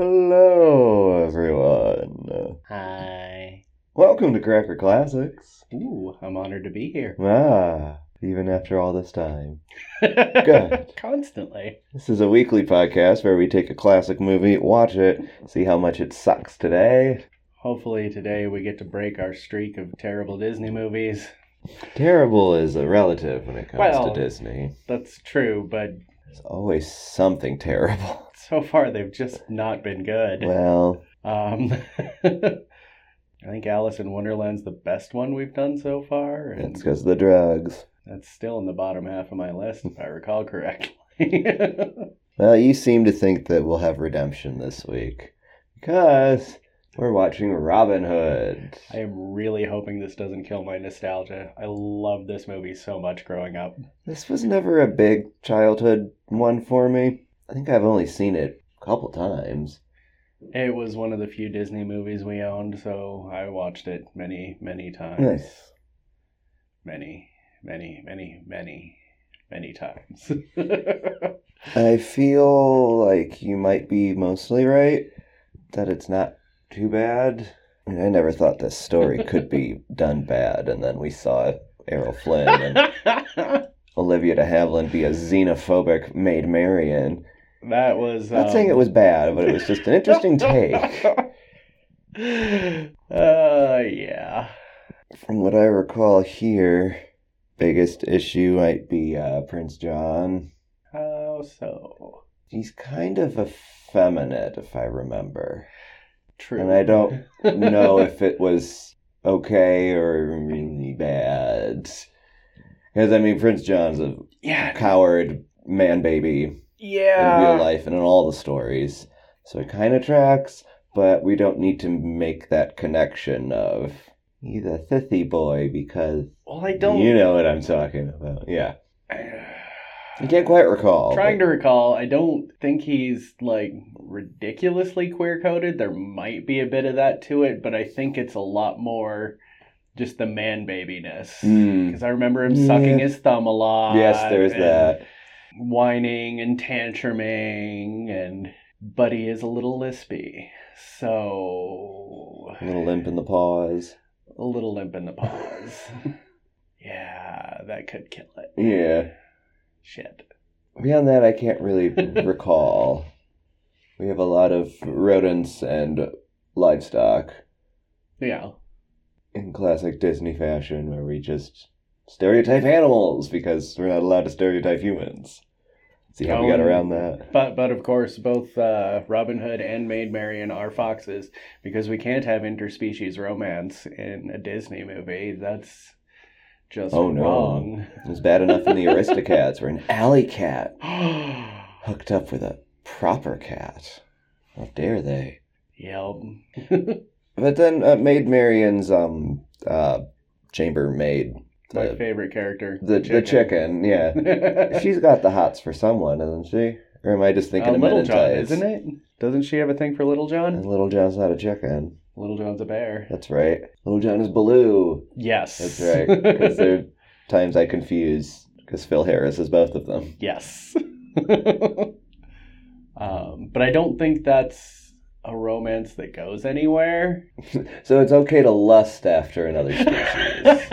Hello, everyone. Hi. Welcome to Cracker Classics. Ooh, I'm honored to be here. Ah, even after all this time. Good. Constantly. This is a weekly podcast where we take a classic movie, watch it, see how much it sucks today. Hopefully today we get to break our streak of terrible Disney movies. Terrible is a relative when it comes Well- to Disney. That's true, but There's always something terrible. so far they've just not been good. Well, Um I think Alice in Wonderland's the best one we've done so far, and it's because of the drugs. that's still in the bottom half of my list if I recall correctly. Well, you seem to think that we'll have redemption this week because we're watching Robin Hood. I am really hoping this doesn't kill my nostalgia. I loved this movie so much growing up. This was never a big childhood one for me. I think I've only seen it a couple times. It was one of the few Disney movies we owned, so I watched it many, many times. Nice. Many, many, many, many, many times. I feel like you might be mostly right that it's not too bad. I mean, I never thought this story could be done bad, and then we saw Errol Flynn and that Olivia de Havilland be a xenophobic Maid Marian. was. um, Not saying it was bad, but it was just an interesting take. Uh, yeah. From what I recall here, biggest issue might be uh, Prince John. How Oh, so? He's kind of effeminate, if I remember. True. And I don't Know if it was okay or really bad. Because, I mean, Prince John's a yeah. coward man baby in Yeah. real life and in all the stories. So it kind of tracks, but we don't need to make that connection of he's a thithy boy because Well, I don't. you know what I'm talking about. Yeah. I can't quite recall. Trying to recall, I don't think he's like ridiculously queer coded. There might be a bit of that to it, but I think it's a lot more just the man babiness. Mm. Because I remember him sucking Yeah. his thumb a lot. Yes, there's and that. Whining and tantruming, and but he is a little lispy, so A little limp in the paws. a little limp in the paws. yeah, that could kill it. Yeah. Shit. Beyond that, I can't really recall. We have a lot of rodents and livestock Yeah. in classic Disney fashion where we just stereotype animals because we're not allowed to stereotype humans. See how we got Oh. around that? But but of course, both uh, Robin Hood and Maid Marian are foxes because we can't have interspecies romance in a Disney movie. That's just Oh, no. wrong. It was bad enough in the Aristocats where an alley cat hooked up with a proper cat. How dare they? yep. But then uh, Maid Marian's um uh chambermaid My the favorite character. Uh, the, the chicken, yeah. She's got the hots for someone, isn't she? Or am I just thinking Uh, of Little Men in John, Tights? isn't it? Doesn't she have a thing for Little And John? Little John's not a chicken. Little John's a bear. That's right. Little John is Baloo. Yes. That's right. Because there are times I confuse because Phil Harris is both of them. Yes. um, but I don't think that's a romance that goes anywhere. So it's okay to lust after another species,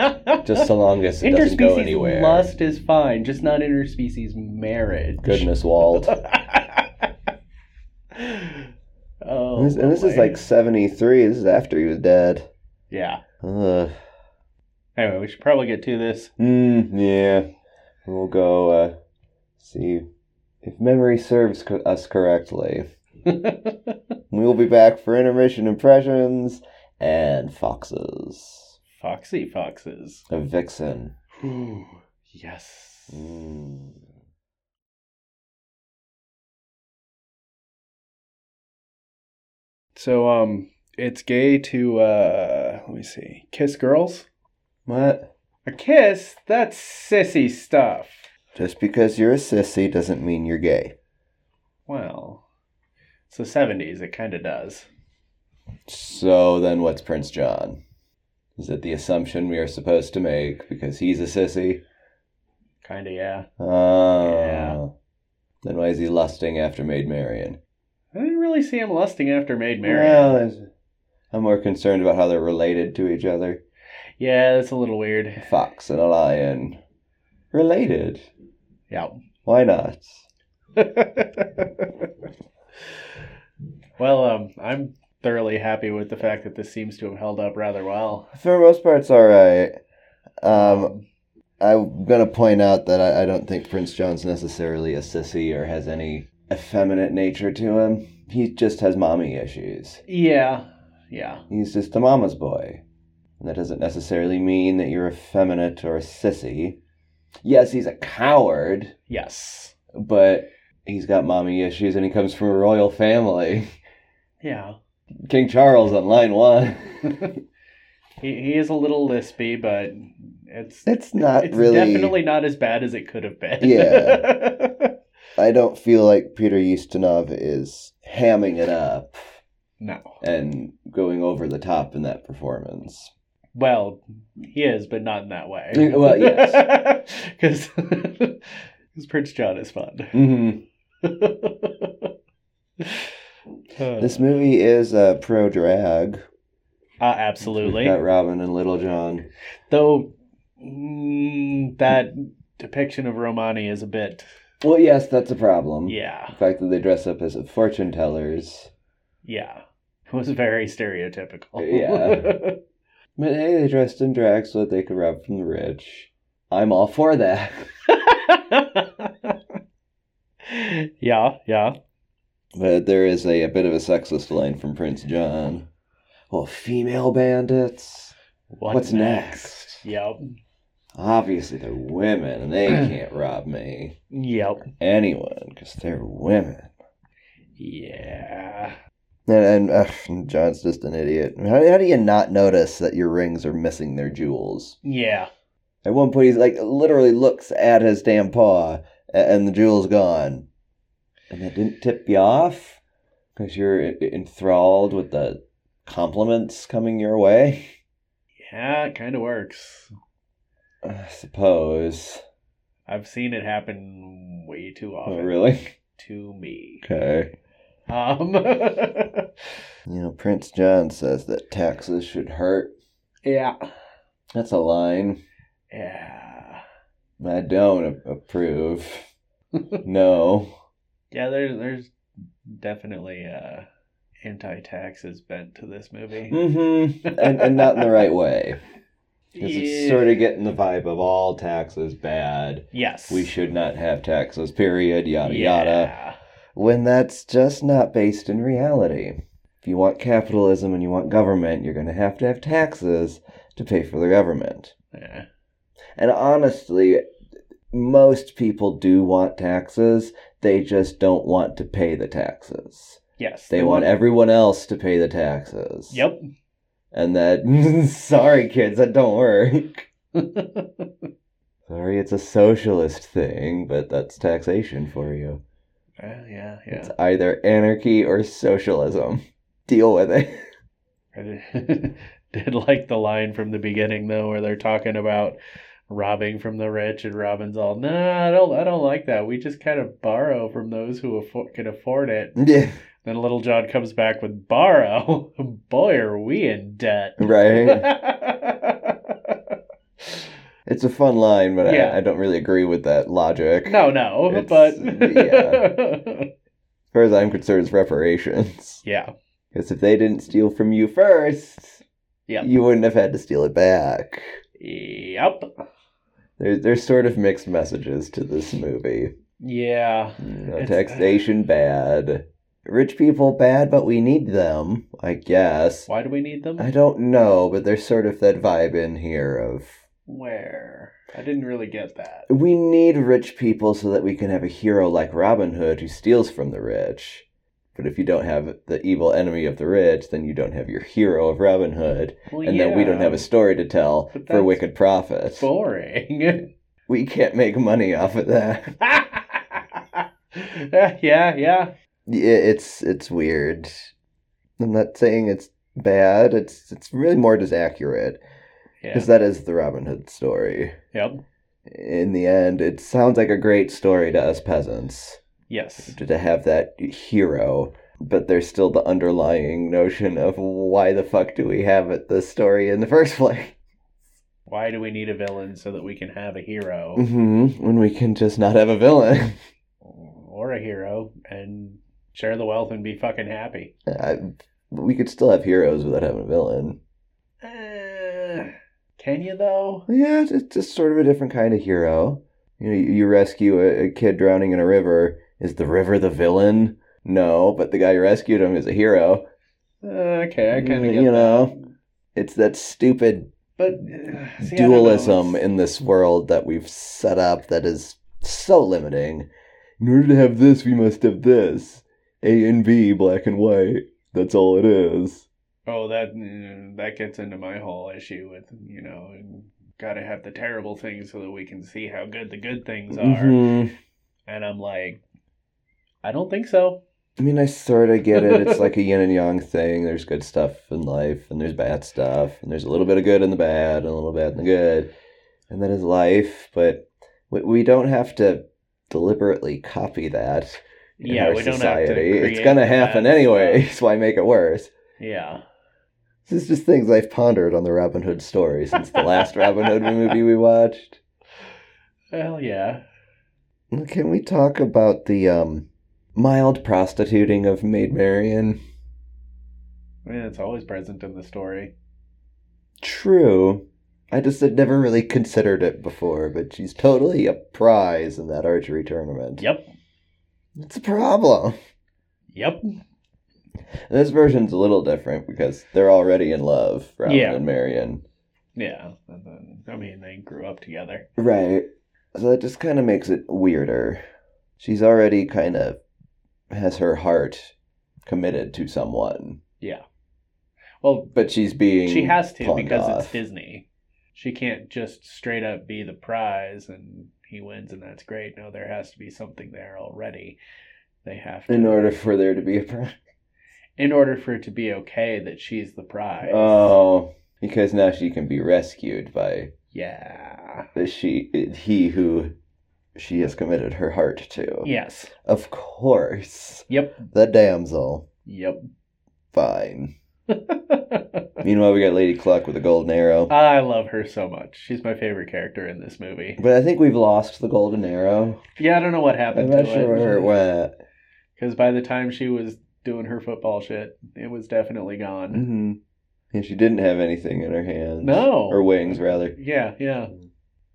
just so long as it doesn't go interspecies anywhere. lust is fine, just not interspecies marriage. Goodness, Walt. oh, And this, and this is like '73. This is after he was dead. yeah. Ugh. Anyway, we should probably get to this. Mm, yeah. We'll go uh, see if memory serves co- us correctly. we will be back for intermission impressions and foxes. Foxy foxes. A vixen. Ooh, yes. Mm. So um, it's gay to uh, let me see, kiss girls. What? A kiss? That's sissy stuff. Just because you're a sissy doesn't mean you're gay. Well, it's the seventies. It kind of does. So then what's Prince John? Is it the assumption we are supposed to make because he's a sissy? Kind of, yeah. Oh. Yeah. Then why is he lusting after Maid Marian? I didn't really see him lusting after Maid Marian. Well, there's- I'm more concerned about how they're related to each other. yeah, that's a little weird. A fox and a lion. Related. Yeah. Why not? well, um, I'm thoroughly happy with the fact that this seems to have held up rather well. For the most part, it's alright. Um, I'm going to point out that I, I don't think Prince John's necessarily a sissy or has any effeminate nature to him. He just has mommy issues. Yeah, yeah. He's just a mama's boy. And that doesn't necessarily mean that you're effeminate or a sissy. Yes, he's a coward, Yes. but he's got mommy issues and he comes from a royal family. Yeah. King Charles on line one. He, he is a little lispy, but it's It's not it's really. definitely not as bad as it could have been. Yeah. I don't feel like Peter Ustinov is hamming it up no. and going over the top in that performance. Well, he is, but not in that way. Well, yes. Because Prince John is fun. hmm This movie is uh, pro drag. uh, absolutely. We've got Robin and Little John. Though mm, that depiction of Romani is a bit, Well, yes, that's a problem. yeah, The fact that they dress up as fortune tellers. yeah, it was very stereotypical. Yeah. But hey, they dressed in drag so that they could rob from the rich. I'm all for that. yeah, yeah. But there is a, a bit of a sexist line from Prince John. Well, female bandits. What's, What's next? Yep, Obviously, they're women and they can't rob me. yep, Anyone, because they're women. yeah. And, and ugh, John's just an idiot. How, how do you not notice that your rings are missing their jewels? Yeah, At one point, he's like literally looks at his damn paw, a- and the jewel's gone. And that didn't tip you off because you're en- enthralled with the compliments coming your way. yeah, it kind of works. I suppose. I've seen it happen way too Oh, often really? to me. Okay. Um, You know, Prince John says that taxes should hurt. yeah, That's a line yeah. I don't a- approve. no. Yeah, there's there's definitely a anti-taxes bent to this movie. Mm-hmm. And, and not in the right way. Because it's sort of getting the vibe of all taxes bad. yes. we should not have taxes, period, yada yada. Yeah. When that's just not based in reality. If you want capitalism and you want government, you're going to have to have taxes to pay for the government. Yeah. And honestly, most people do want taxes, they just don't want to pay the taxes. Yes. They want everyone else to pay the taxes. Yep. And that, sorry kids, that don't work. Sorry, it's a socialist thing, but that's taxation for you. Yeah, yeah, yeah. It's either anarchy or socialism. Deal with it. I did, did like the line from the beginning though, where they're talking about robbing from the rich, and Robin's all, "No, I don't, I don't like that. We just kind of borrow from those who afford, can afford it." Yeah, Then Little John comes back with, "Borrow? Boy, are we in debt!" right? It's a fun line, but Yeah. I, I don't really agree with that logic. No, no, It's- but yeah. yeah. As far as I'm concerned, it's reparations. yeah, Because if they didn't steal from you first, Yep. you wouldn't have had to steal it back. yep, There, there's sort of mixed messages to this movie. yeah, You know, It's- taxation bad. Rich people bad, but we need them, I guess. Why do we need them? I don't know, but there's sort of that vibe in here of Where I didn't really get that. We need rich people so that we can have a hero like Robin Hood who steals from the rich. But if you don't have the evil enemy of the rich, then you don't have your hero of Robin Hood, Well, and then we don't yeah, have a story to tell But for that's Wicked Profit. boring. We can't make money off of that. yeah, yeah, Yeah, It's it's weird. I'm not saying it's bad. It's it's really more just accurate yeah. because that is the Robin Hood story. Yep. In the end, it sounds like a great story to us peasants. Yes. to, to have that hero but there's still the underlying notion of why the fuck do we have it this story in the first place? Why do we need a villain so that we can have a hero hmm When we can just not have a villain. or a hero and share the wealth and be fucking happy? I, we could still have heroes without having a villain. Uh, can you though? Yeah, it's- it's just sort of a different kind of hero. You know, you you rescue a, a kid drowning in a river. Is the river the villain? No, but the guy who rescued him is a hero. Uh, okay, I kind Mm, of get you that. know. It's that stupid but uh, see, I don't know. dualism It's- in this world that we've set up that is so limiting. In order to have this, we must have this. A and B, black and white. That's all it is. Oh, that mm, that gets into my whole issue with you know, got to have the terrible things so that we can see how good the good things are. Mhm. And I'm like, I don't think so. I mean, I sort of get it. It's like a yin and yang thing. There's good stuff in life, and there's bad stuff, and there's a little bit of good in the bad, and a little bad in the good, and that is life. But we, we don't have to deliberately copy that. in yeah, our we society. don't have to. It's create gonna the happen bad anyway, stuff. so why make it worse? Yeah. This is just things I've pondered on the Robin Hood story since the last Robin Hood movie we watched. Well, yeah. Can we talk about the um, mild prostituting of Maid Marian? I mean, it's always present in the story. True. I just had never really considered it before, but she's totally a prize in that archery tournament. Yep. It's a problem. Yep. This version's a little different because they're already in love, Robin Yeah. and Marian. Yeah. And then- I mean, they grew up together. Right. So that just kind of makes it weirder. She's already kind of has her heart committed to someone, Well, but she's being she has to pawned because off. it's Disney. She can't just straight up be the prize and he wins and that's great. No, there has to be something there already. They have to in order for there to be a prize. in order for it to be okay that she's the prize. Oh, because now she can be rescued by yeah. the she he who she has committed her heart to. Yes. Of course, Yep. the damsel. Yep. Fine. Meanwhile, we got Lady Cluck with a golden arrow. I love her so much. She's my favorite character in this movie. But I think we've lost the golden arrow. Yeah, I don't know what I'm happened not to sure where it it. went. Because by the time she was doing her football shit, it was definitely gone. Mm-hmm. And she didn't have anything in her hands. No. Mm. Or wings, rather. Yeah, yeah.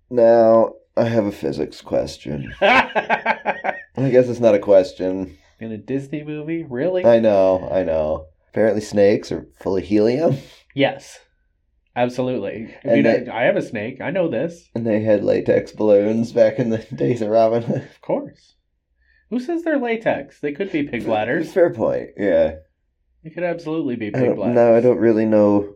Now, I have a physics question. in I guess it's not a question. a Disney movie? Really? I know, I know. Apparently, snakes are full of helium, yes. Absolutely. I, And mean, that- I, I have a snake. I know this. and they had latex balloons back in the days of Robin Hood. Of course. Who says they're latex? They could be pig bladders. Fair point, yeah. They could absolutely be I pig don't, bladders. now, I don't really know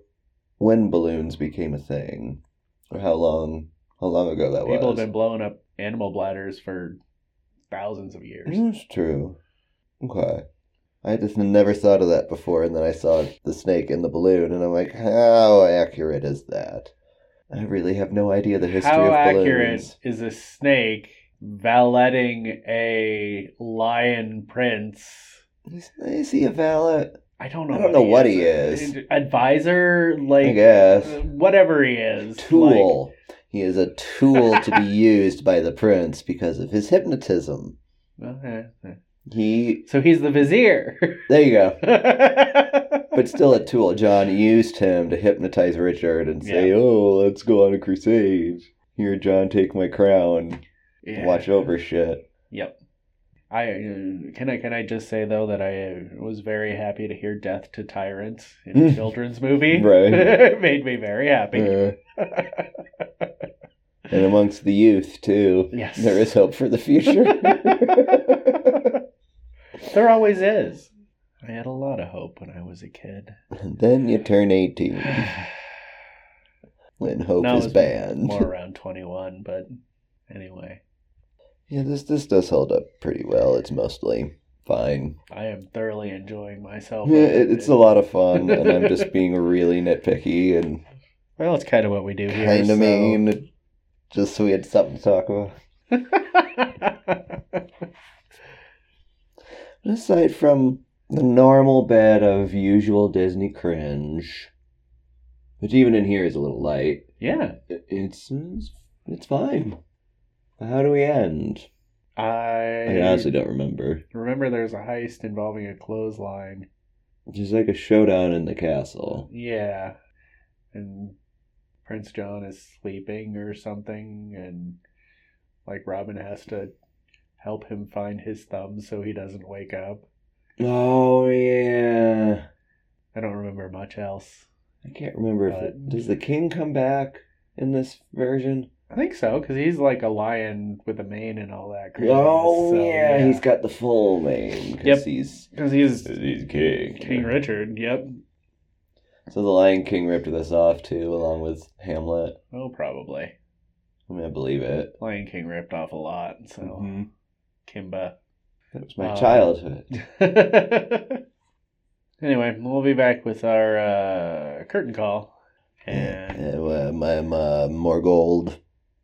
when balloons became a thing or how long how long ago that People was. have been blowing up animal bladders for thousands of years. That's true. Okay. I just never thought of that before, and then I saw the snake in the balloon, and I'm like, how accurate is that? I really have no idea the history How of accurate balloons. is a snake valeting a lion prince? Is, is he a valet? I don't know. I don't know what he Advisor, like I guess. whatever he is. Like, Tool. He is a tool to be used by the prince because of his hypnotism. okay. He. So he's the vizier. There you go. but But still a tool. John used him to hypnotize Richard and say, Yeah. oh, let's go on a crusade. Here, John, take my crown. Watch over shit. Yep. I uh, can I can I just say though that I uh, was very happy to hear "Death to Tyrants" in a Mm. children's movie. Right. it made me very happy. Yeah. Uh. and amongst the youth too. Yes. There is hope for the future. There always is. I had a lot of hope when I was a kid. and then you turn 18 now when hope No, is it's banned. more around twenty one, but anyway, Yeah, this this does hold up pretty well. It's mostly fine. I am thoroughly enjoying myself. Yeah, it, it's a lot of fun and I'm just being really nitpicky and Well, that's kind of what we do here. kind so- of mean just so we had something to talk about. But aside from the normal bed of usual Disney cringe, which even in here is a little light. Yeah. It- It's it's, it's fine. How do we end? I, I honestly don't remember. remember there's a heist involving a clothesline. Just like a showdown in the castle. Yeah. And Prince John is sleeping or something and like Robin has to help him find his thumb so he doesn't wake up. Oh yeah. I don't remember much else. I can't remember if it, But- does the king come back in this version? I think so, because he's like a lion with a mane and all that. craziness, Oh so, yeah. he's got the full name. 'cause Yep. He's because he's he's king. King Richard. Yep. So the Lion King ripped this off too, along with Hamlet. Oh, probably. I mean, I believe it. Lion King ripped off a lot. So Mm-hmm. Kimba. That was my Uh, childhood. anyway, we'll be back with our uh, curtain call and Yeah, well, my, my, more gold.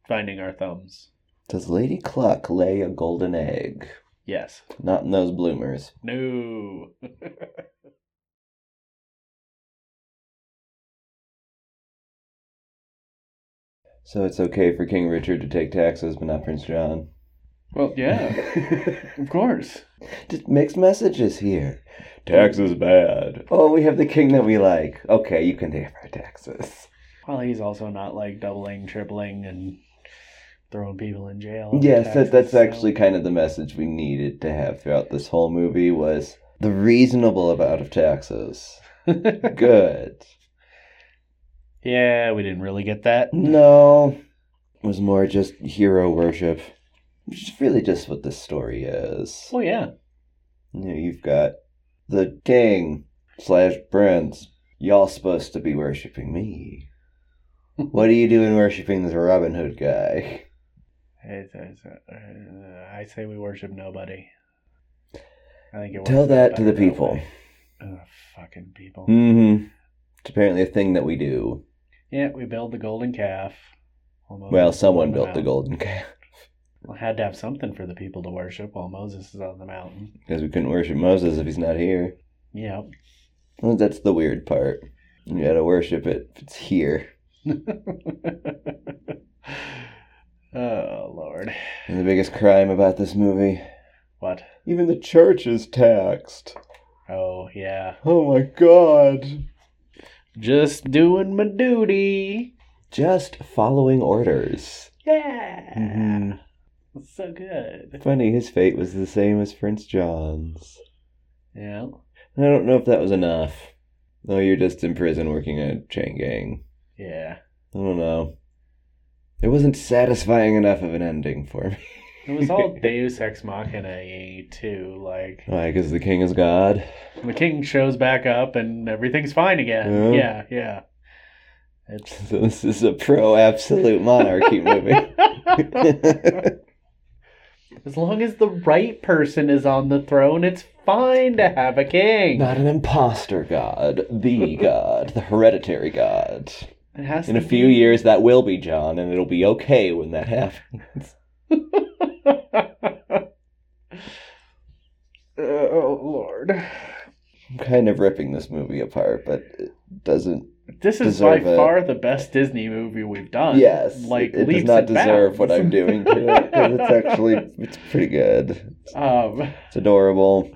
finding our thumbs. Does Lady Cluck lay a golden egg? Yes. Not in those bloomers. No. So it's okay for King Richard to take taxes, but not Prince John. Well, yeah, of course. Just mixed messages here. Tax is bad. Oh, we have the king that we like. Okay, you can take our taxes. Well, he's also not like doubling, tripling, and throwing people in jail. Yes, that, that's Taxes, so- actually kind of the message we needed to have throughout this whole movie was the reasonable amount of taxes. Good. yeah, we didn't really get that. No, it was more just hero worship, which is really just what this story is. Oh yeah, You know, you've got the king slash prince. Y'all supposed to be worshiping me. What are you doing worshiping this Robin Hood guy? It's- it's, uh, I say we worship nobody. I think it Tell works that to better the people. way. Ugh, fucking people. Mm-hmm. It's apparently a thing that we do. Yeah, we build the golden calf. While Moses Well, is someone on built the mountain. golden calf Well, had to have something for the people to worship while Moses is on the mountain. because we couldn't worship Moses if he's not here. Yeah. Well, that's the weird part. You gotta worship it if it's here. oh Lord. And the biggest crime about this movie. What? Even the church is taxed. Oh yeah. Oh my god. Just doing my duty. Just following orders. Yeah. Mm-hmm. So good. Funny, his fate was the same as Prince John's. Yeah. I don't know if that was enough. No, you're just in prison working a chain gang. Yeah. I don't know. It wasn't satisfying enough of an ending for me. It was all Deus Ex Machina too. Like Why? Because the king is God. the king shows back up and everything's fine again. Yeah. Yeah, yeah. It's So this is a pro absolute monarchy movie. as long as the right person is on the throne, it's fine to have a king. Not an imposter god, the god, the hereditary god. it has In to a few be- years, that will be John, and it'll be okay when that happens. oh Lord. I'm kind of ripping this movie apart, but it doesn't. This is Deserve by it. far the best Disney movie we've done. yes, Like it, it does leaps not and bounds. deserve what I'm doing to it. 'cause it's actually, it's pretty good. um It's adorable.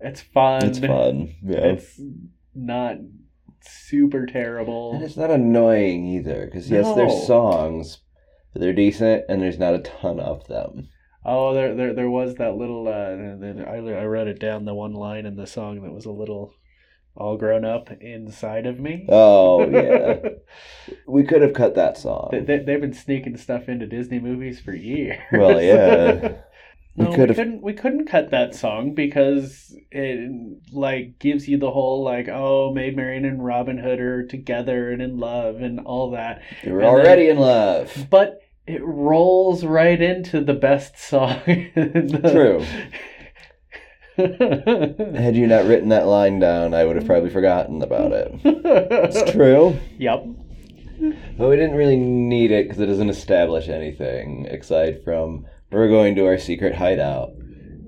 it's fun. It's fun. Yeah. It's not super terrible. And it's not annoying either, because yes, No. there's songs, but they're decent, and there's not a ton of them. Oh, there, there, there was that little. Uh, the- the- I, I wrote it down. The one line in the song that was a little all grown up inside of me. Oh yeah, we could have cut that song. they, they, they've been sneaking stuff into Disney movies for years. Well, yeah. We no, we, could've- couldn't. We couldn't cut that song because it like gives you the whole like, oh, Maid Marian and Robin Hood are together and in love and all that. They were And then- already in love. But it rolls right into the best song. in True. the- True. Had you not written that line down, I would have probably forgotten about it. It's yep. true. But we didn't really need it because it doesn't establish anything aside from we're going to our secret hideout.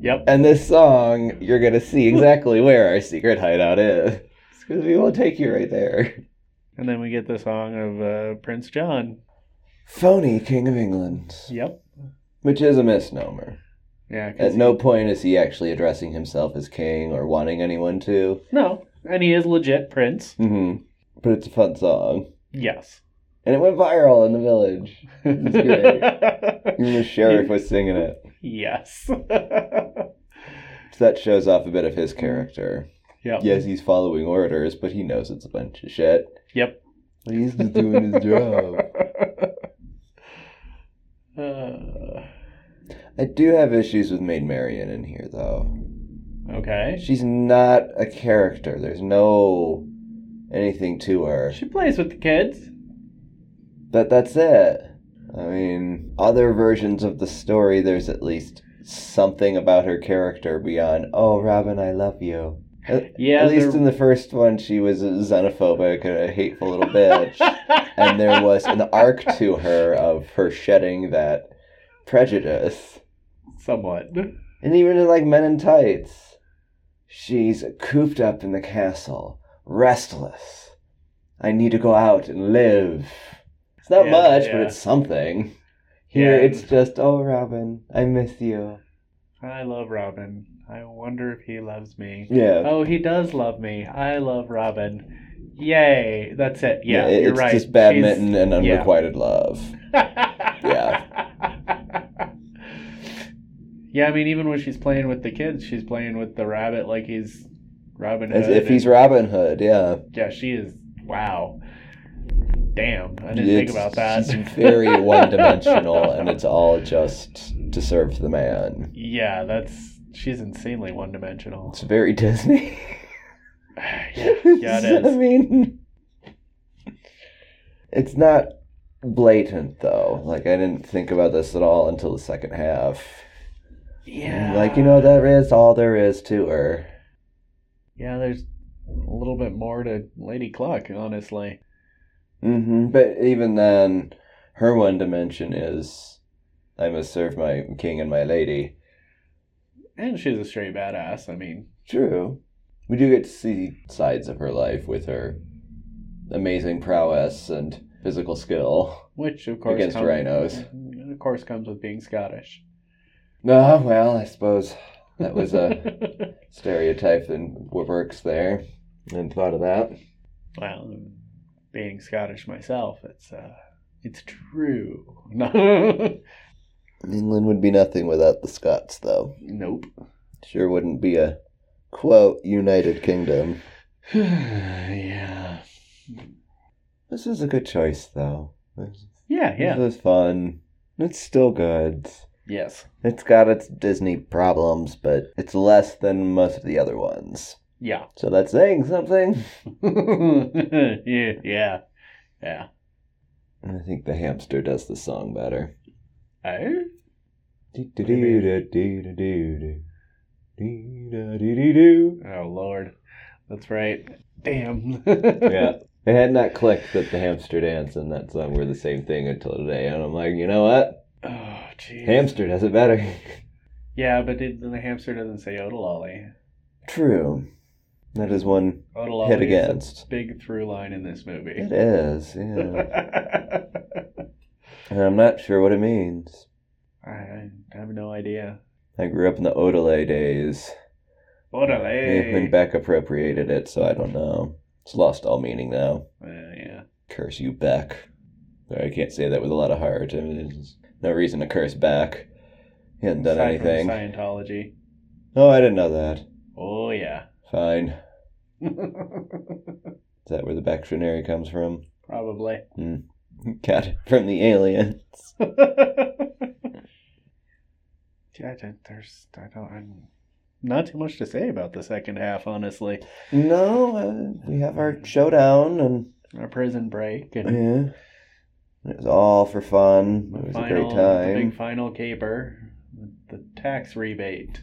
Yep. And this song, you're gonna see exactly where our secret hideout is. It's gonna be will take you right there. And then we get the song of uh, Prince John. Phony King of England, Yep. which is a misnomer. Yeah. 'cause At no point is he actually addressing himself as king or wanting anyone to. he- no. And he is legit Prince. hmm But it's a fun song, Yes. and it went viral in the village. Even the sheriff was singing it. yes. So that shows off a bit of his character. yep. Yes, he's following orders, but he knows it's a bunch of shit. Yep. But he's just doing his job. Uh, I do have issues with Maid Marian in here, though. okay. She's not a character. There's no anything to her. She plays with the kids. But that's it. I mean, other versions of the story, there's at least something about her character beyond, oh, Robin, I love you. At, Yeah. at least they're- in the first one, she was a xenophobic and a hateful little bitch. and there was an arc to her of her shedding that prejudice. Somewhat. And even in like Men in Tights, she's cooped up in the castle, restless. I need to go out and live. It's not Yeah, much, but yeah. it's something. Here Yeah. it's just, oh, Robin, I miss you. I love Robin. I wonder if he loves me. Yeah. Oh, he does love me. I love Robin. Yay. That's it. Yeah, it- you're it's right. just badminton and yeah. unrequited love. yeah. Yeah, I mean, even when she's playing with the kids, she's playing with the rabbit like he's Robin Hood. As if he's and- Robin Hood, yeah. yeah, she is. Wow. Damn, I didn't think It's- about that. She's very one dimensional, and it's all just to serve the man. yeah, that's she's insanely one dimensional. It's very Disney. yeah, yeah, it I is. mean, it's not blatant though. Like I didn't think about this at all until the second half. Yeah, Like you know, that is all there is to her. Yeah, there's a little bit more to Lady Cluck, honestly. hmm But even then, her one dimension is, I must serve my king and my lady. And she's a straight badass. I mean, True. We do get to see sides of her life with her amazing prowess and physical skill. which of course Against comes- rhinos. Of course, comes with being Scottish. Ah, well, I suppose that was uh, a. stereotype and what works there. And thought of that. well, being Scottish myself, it's uh, it's true. England would be nothing without the Scots, though. nope. Sure wouldn't be a quote United Kingdom. yeah. This is a good choice, though. This, Yeah. this Yeah. was fun. It's still good. Yes. It's got its Disney problems, but it's less than most of the other ones. Yeah. So that's saying something. yeah. Yeah. Yeah. And I think the hamster does the song better. Oh. Do-do-do-do-do-do-do. Do-do-do-do. Oh Lord. That's right. Damn. yeah. It had not clicked that the hamster dance and that song were the same thing until today. And I'm like, you know what? Oh jeez. Hamster does it better. Yeah, but it, the hamster doesn't say Odalolly. True. That is one Odalolly hit is against. a big through line in this movie. It is, yeah. Uh, and I'm not sure what it means. I, I have no idea. I grew up in the Odelay days. Eh, When Odalay. Beck appropriated it, so I don't know. It's lost all meaning now. Uh, yeah. Curse you, Beck. Sorry, I can't say that with a lot of heart. I mean, there's no reason to curse Beck. He hadn't done Aside from anything. Scientology. Oh, I didn't know that. Oh yeah. Fine. Is that where the Bactrinary comes from? Probably. Got it from the alien. yeah, I don't- there's I don't I'm not too much to say about the second half, honestly. No, uh, we have our showdown, and Our prison break and yeah, it was all for fun. It was final, a great the time. big final caper, the tax rebate.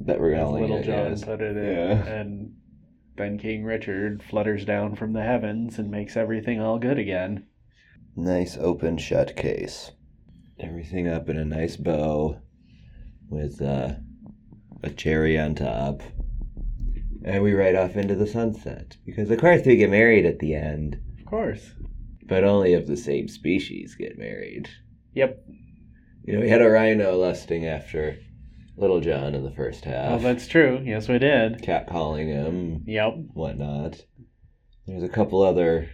That we're As gonna Little leave John it. put it in, Yeah. and then King Richard flutters down from the heavens and makes everything all good again. Nice open shut case. Everything up in a nice bow. with uh, a cherry on top. And we ride off into the sunset because, of course, we get married at the end, Of course. but only if the same species get married. Yep. You know, we had a rhino lusting after Little John in the first Well, half, that's true. Yes, we did. cat calling him, Yep. whatnot. There's a couple other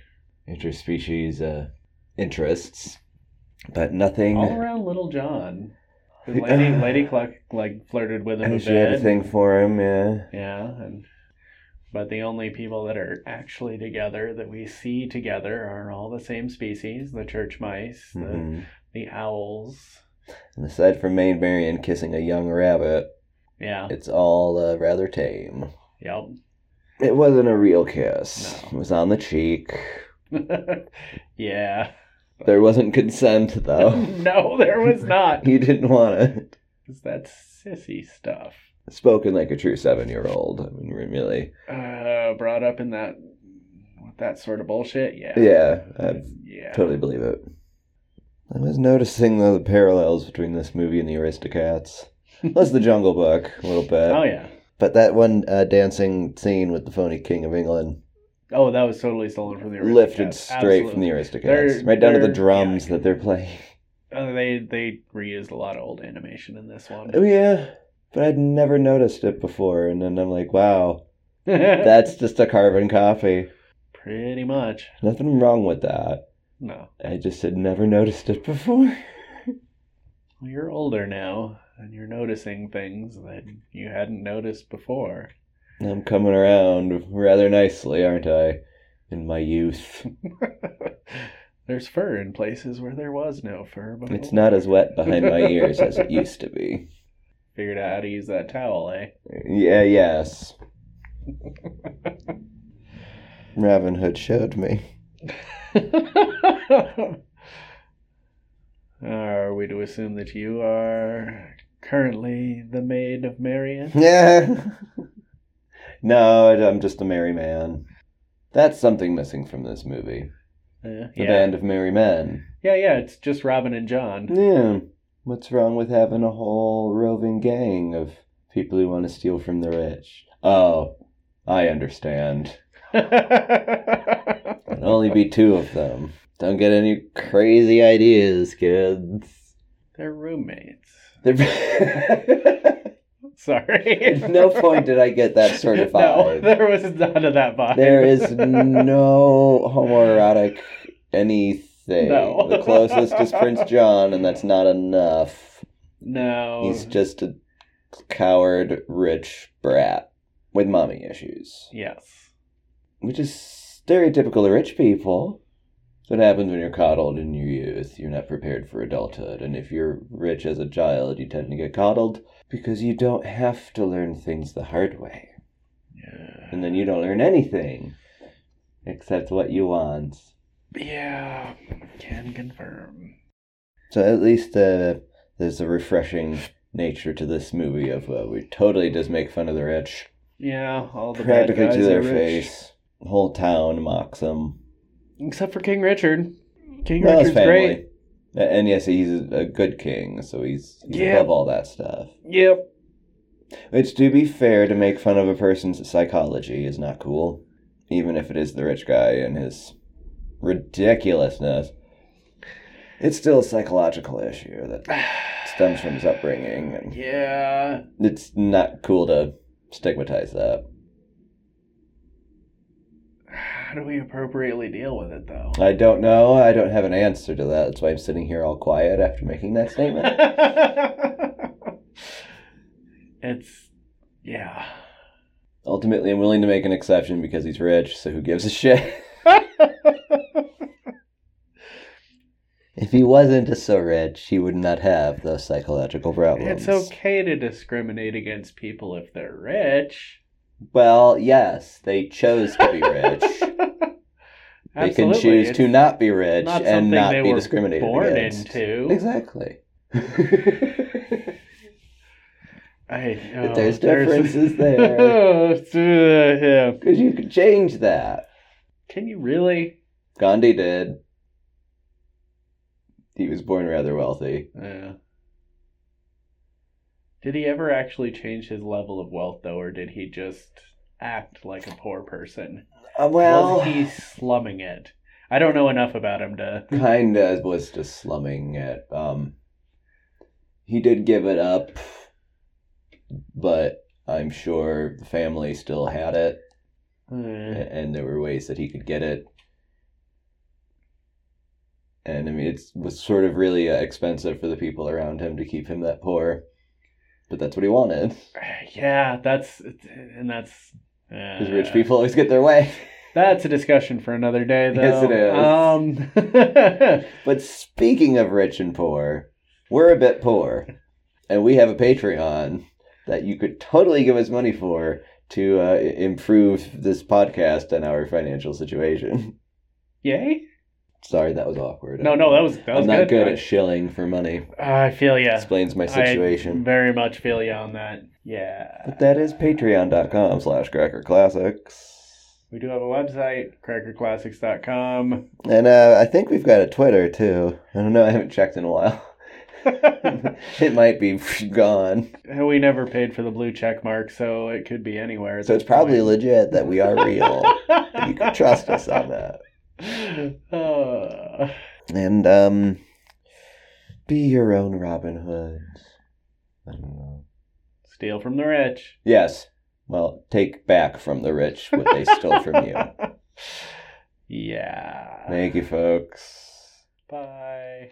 interspecies uh, interests, but nothing. All around Little John. 'Cause Lady Lady Cluck like flirted with him a And she had a bit. thing for him, yeah. Yeah, and but the only people that are actually together that we see together are all the same species: the church mice, the, Mhm. the owls. And aside from Maid Marian kissing a young rabbit, Yeah. it's all uh, rather tame. Yep. It wasn't a real kiss. No. It was on the cheek. yeah. There wasn't consent, though. no, there was not. he didn't want it. 'Cause That's sissy stuff. Spoken like a true seven year old. I mean, really. Uh, brought up in that with that sort of bullshit. Yeah. Yeah, I Yeah. totally believe it. I was noticing, though, the parallels between this movie and the Aristocats. Plus the Jungle Book, a little bit. Oh yeah. But that one uh, dancing scene with the phony King of England Oh, that was totally stolen from the original. lifted straight from the Aristocats, They're- right down to the they're- drums yeah. that they're playing. Uh, they they reused a lot of old animation in this one. Oh yeah, but I'd never noticed it before, and then I'm like, wow, that's just a carbon copy. pretty much Nothing wrong with that. no. I just had never noticed it before. Well, You're older now, and you're noticing things that you hadn't noticed before. I'm coming around rather nicely, aren't I? In my youth, There's fur in places where there was no fur, but it's not as wet behind my ears as it used to be. figured out how to use that towel, eh? Yeah, yes. Robin Hood showed me. Are we to assume that you are currently the maid of Uh, Marian? Yeah. no, I- I'm just a merry man. That's something missing from this movie. Uh, The yeah. band of merry men. yeah, yeah, it's just Robin and John. Yeah. What's wrong with having a whole roving gang of people who want to steal from the rich? Oh, I understand. yeah, Can only be two of them. Don't get any crazy ideas, kids. They're roommates. They're- Sorry. At no point did I get that sort of No, vibe. there was none of that vibe. There is no homoerotic anything. No. The closest is Prince John, and that's not enough. no. He's just a coward, rich brat with mommy issues, Yes. which is stereotypical of rich people. It's what happens when you're coddled in your youth. You're not prepared for adulthood, and if you're rich as a child, you tend to get coddled because you don't have to learn things the hard way Yeah. and then you don't learn anything except what you want. Yeah. Can confirm. So at least uh, there's a refreshing nature to this movie of uh, we totally just make fun of the rich, Yeah, all the bad practically guys to their are rich. face. The whole town mocks them. Except for King Richard. King Well, his Richard's great. family. A- And yes, he's a a good king, so he's, he's Yeah. above all that stuff. Yep. Which, to be fair, to make fun of a person's psychology is not cool, even if it is the rich guy and his ridiculousness. It's still a psychological issue that stems from his upbringing, and Yeah. it's not cool to stigmatize that. How do we appropriately deal with it though? I don't know. I don't have an answer to that. That's why I'm sitting here all quiet after making that statement. it's yeah. Ultimately, I'm willing to make an exception because he's rich, so who gives a shit? If he wasn't so rich, he would not have those psychological problems. It's okay to discriminate against people if they're rich. Well, yes, they chose to be rich. they can Absolutely. choose to It's not be rich not and something not they be were discriminated born against. into. Exactly. I oh, know. There's differences there. Because you could change that. uh, Can you really? Gandhi did. He was born rather wealthy. Yeah. Did he ever actually change his level of wealth though, or did he just act like a poor person? Uh, well, was he slumming it? I don't know enough about him to. kinda was just slumming it. Um, he did give it up, but I'm sure the family still had it, a- Uh, and there were ways that he could get it. And I mean, it was sort of really uh, expensive for the people around him to keep him that poor, but that's what he wanted. yeah, that's and that's. Uh, Because rich people always get their way. That's a discussion for another day, though. Yes, it is. Um, But speaking of rich and poor, we're a bit poor, and we have a Patreon that you could totally give us money for to uh, i- improve this podcast and our financial situation. yay! Sorry, that was awkward. No, no, that was that was I'm not good, good at shilling for money. I feel ya. Explains my I situation. very much feel you on that. Yeah. But that is patreon.com slash cracker classics. We do have a website, crackerclassics.com. And uh, I think we've got a Twitter too. I don't know, I haven't checked in a while. it might be gone. we never paid for the blue check mark, so it could be anywhere. at So this it's probably point. legit that we are real. you can trust us on that. Uh, And um, be your own Robin Hood. I don't know. steal from the rich. Yes. Well, take back from the rich what they stole from you. Yeah. Thank you, folks. Bye.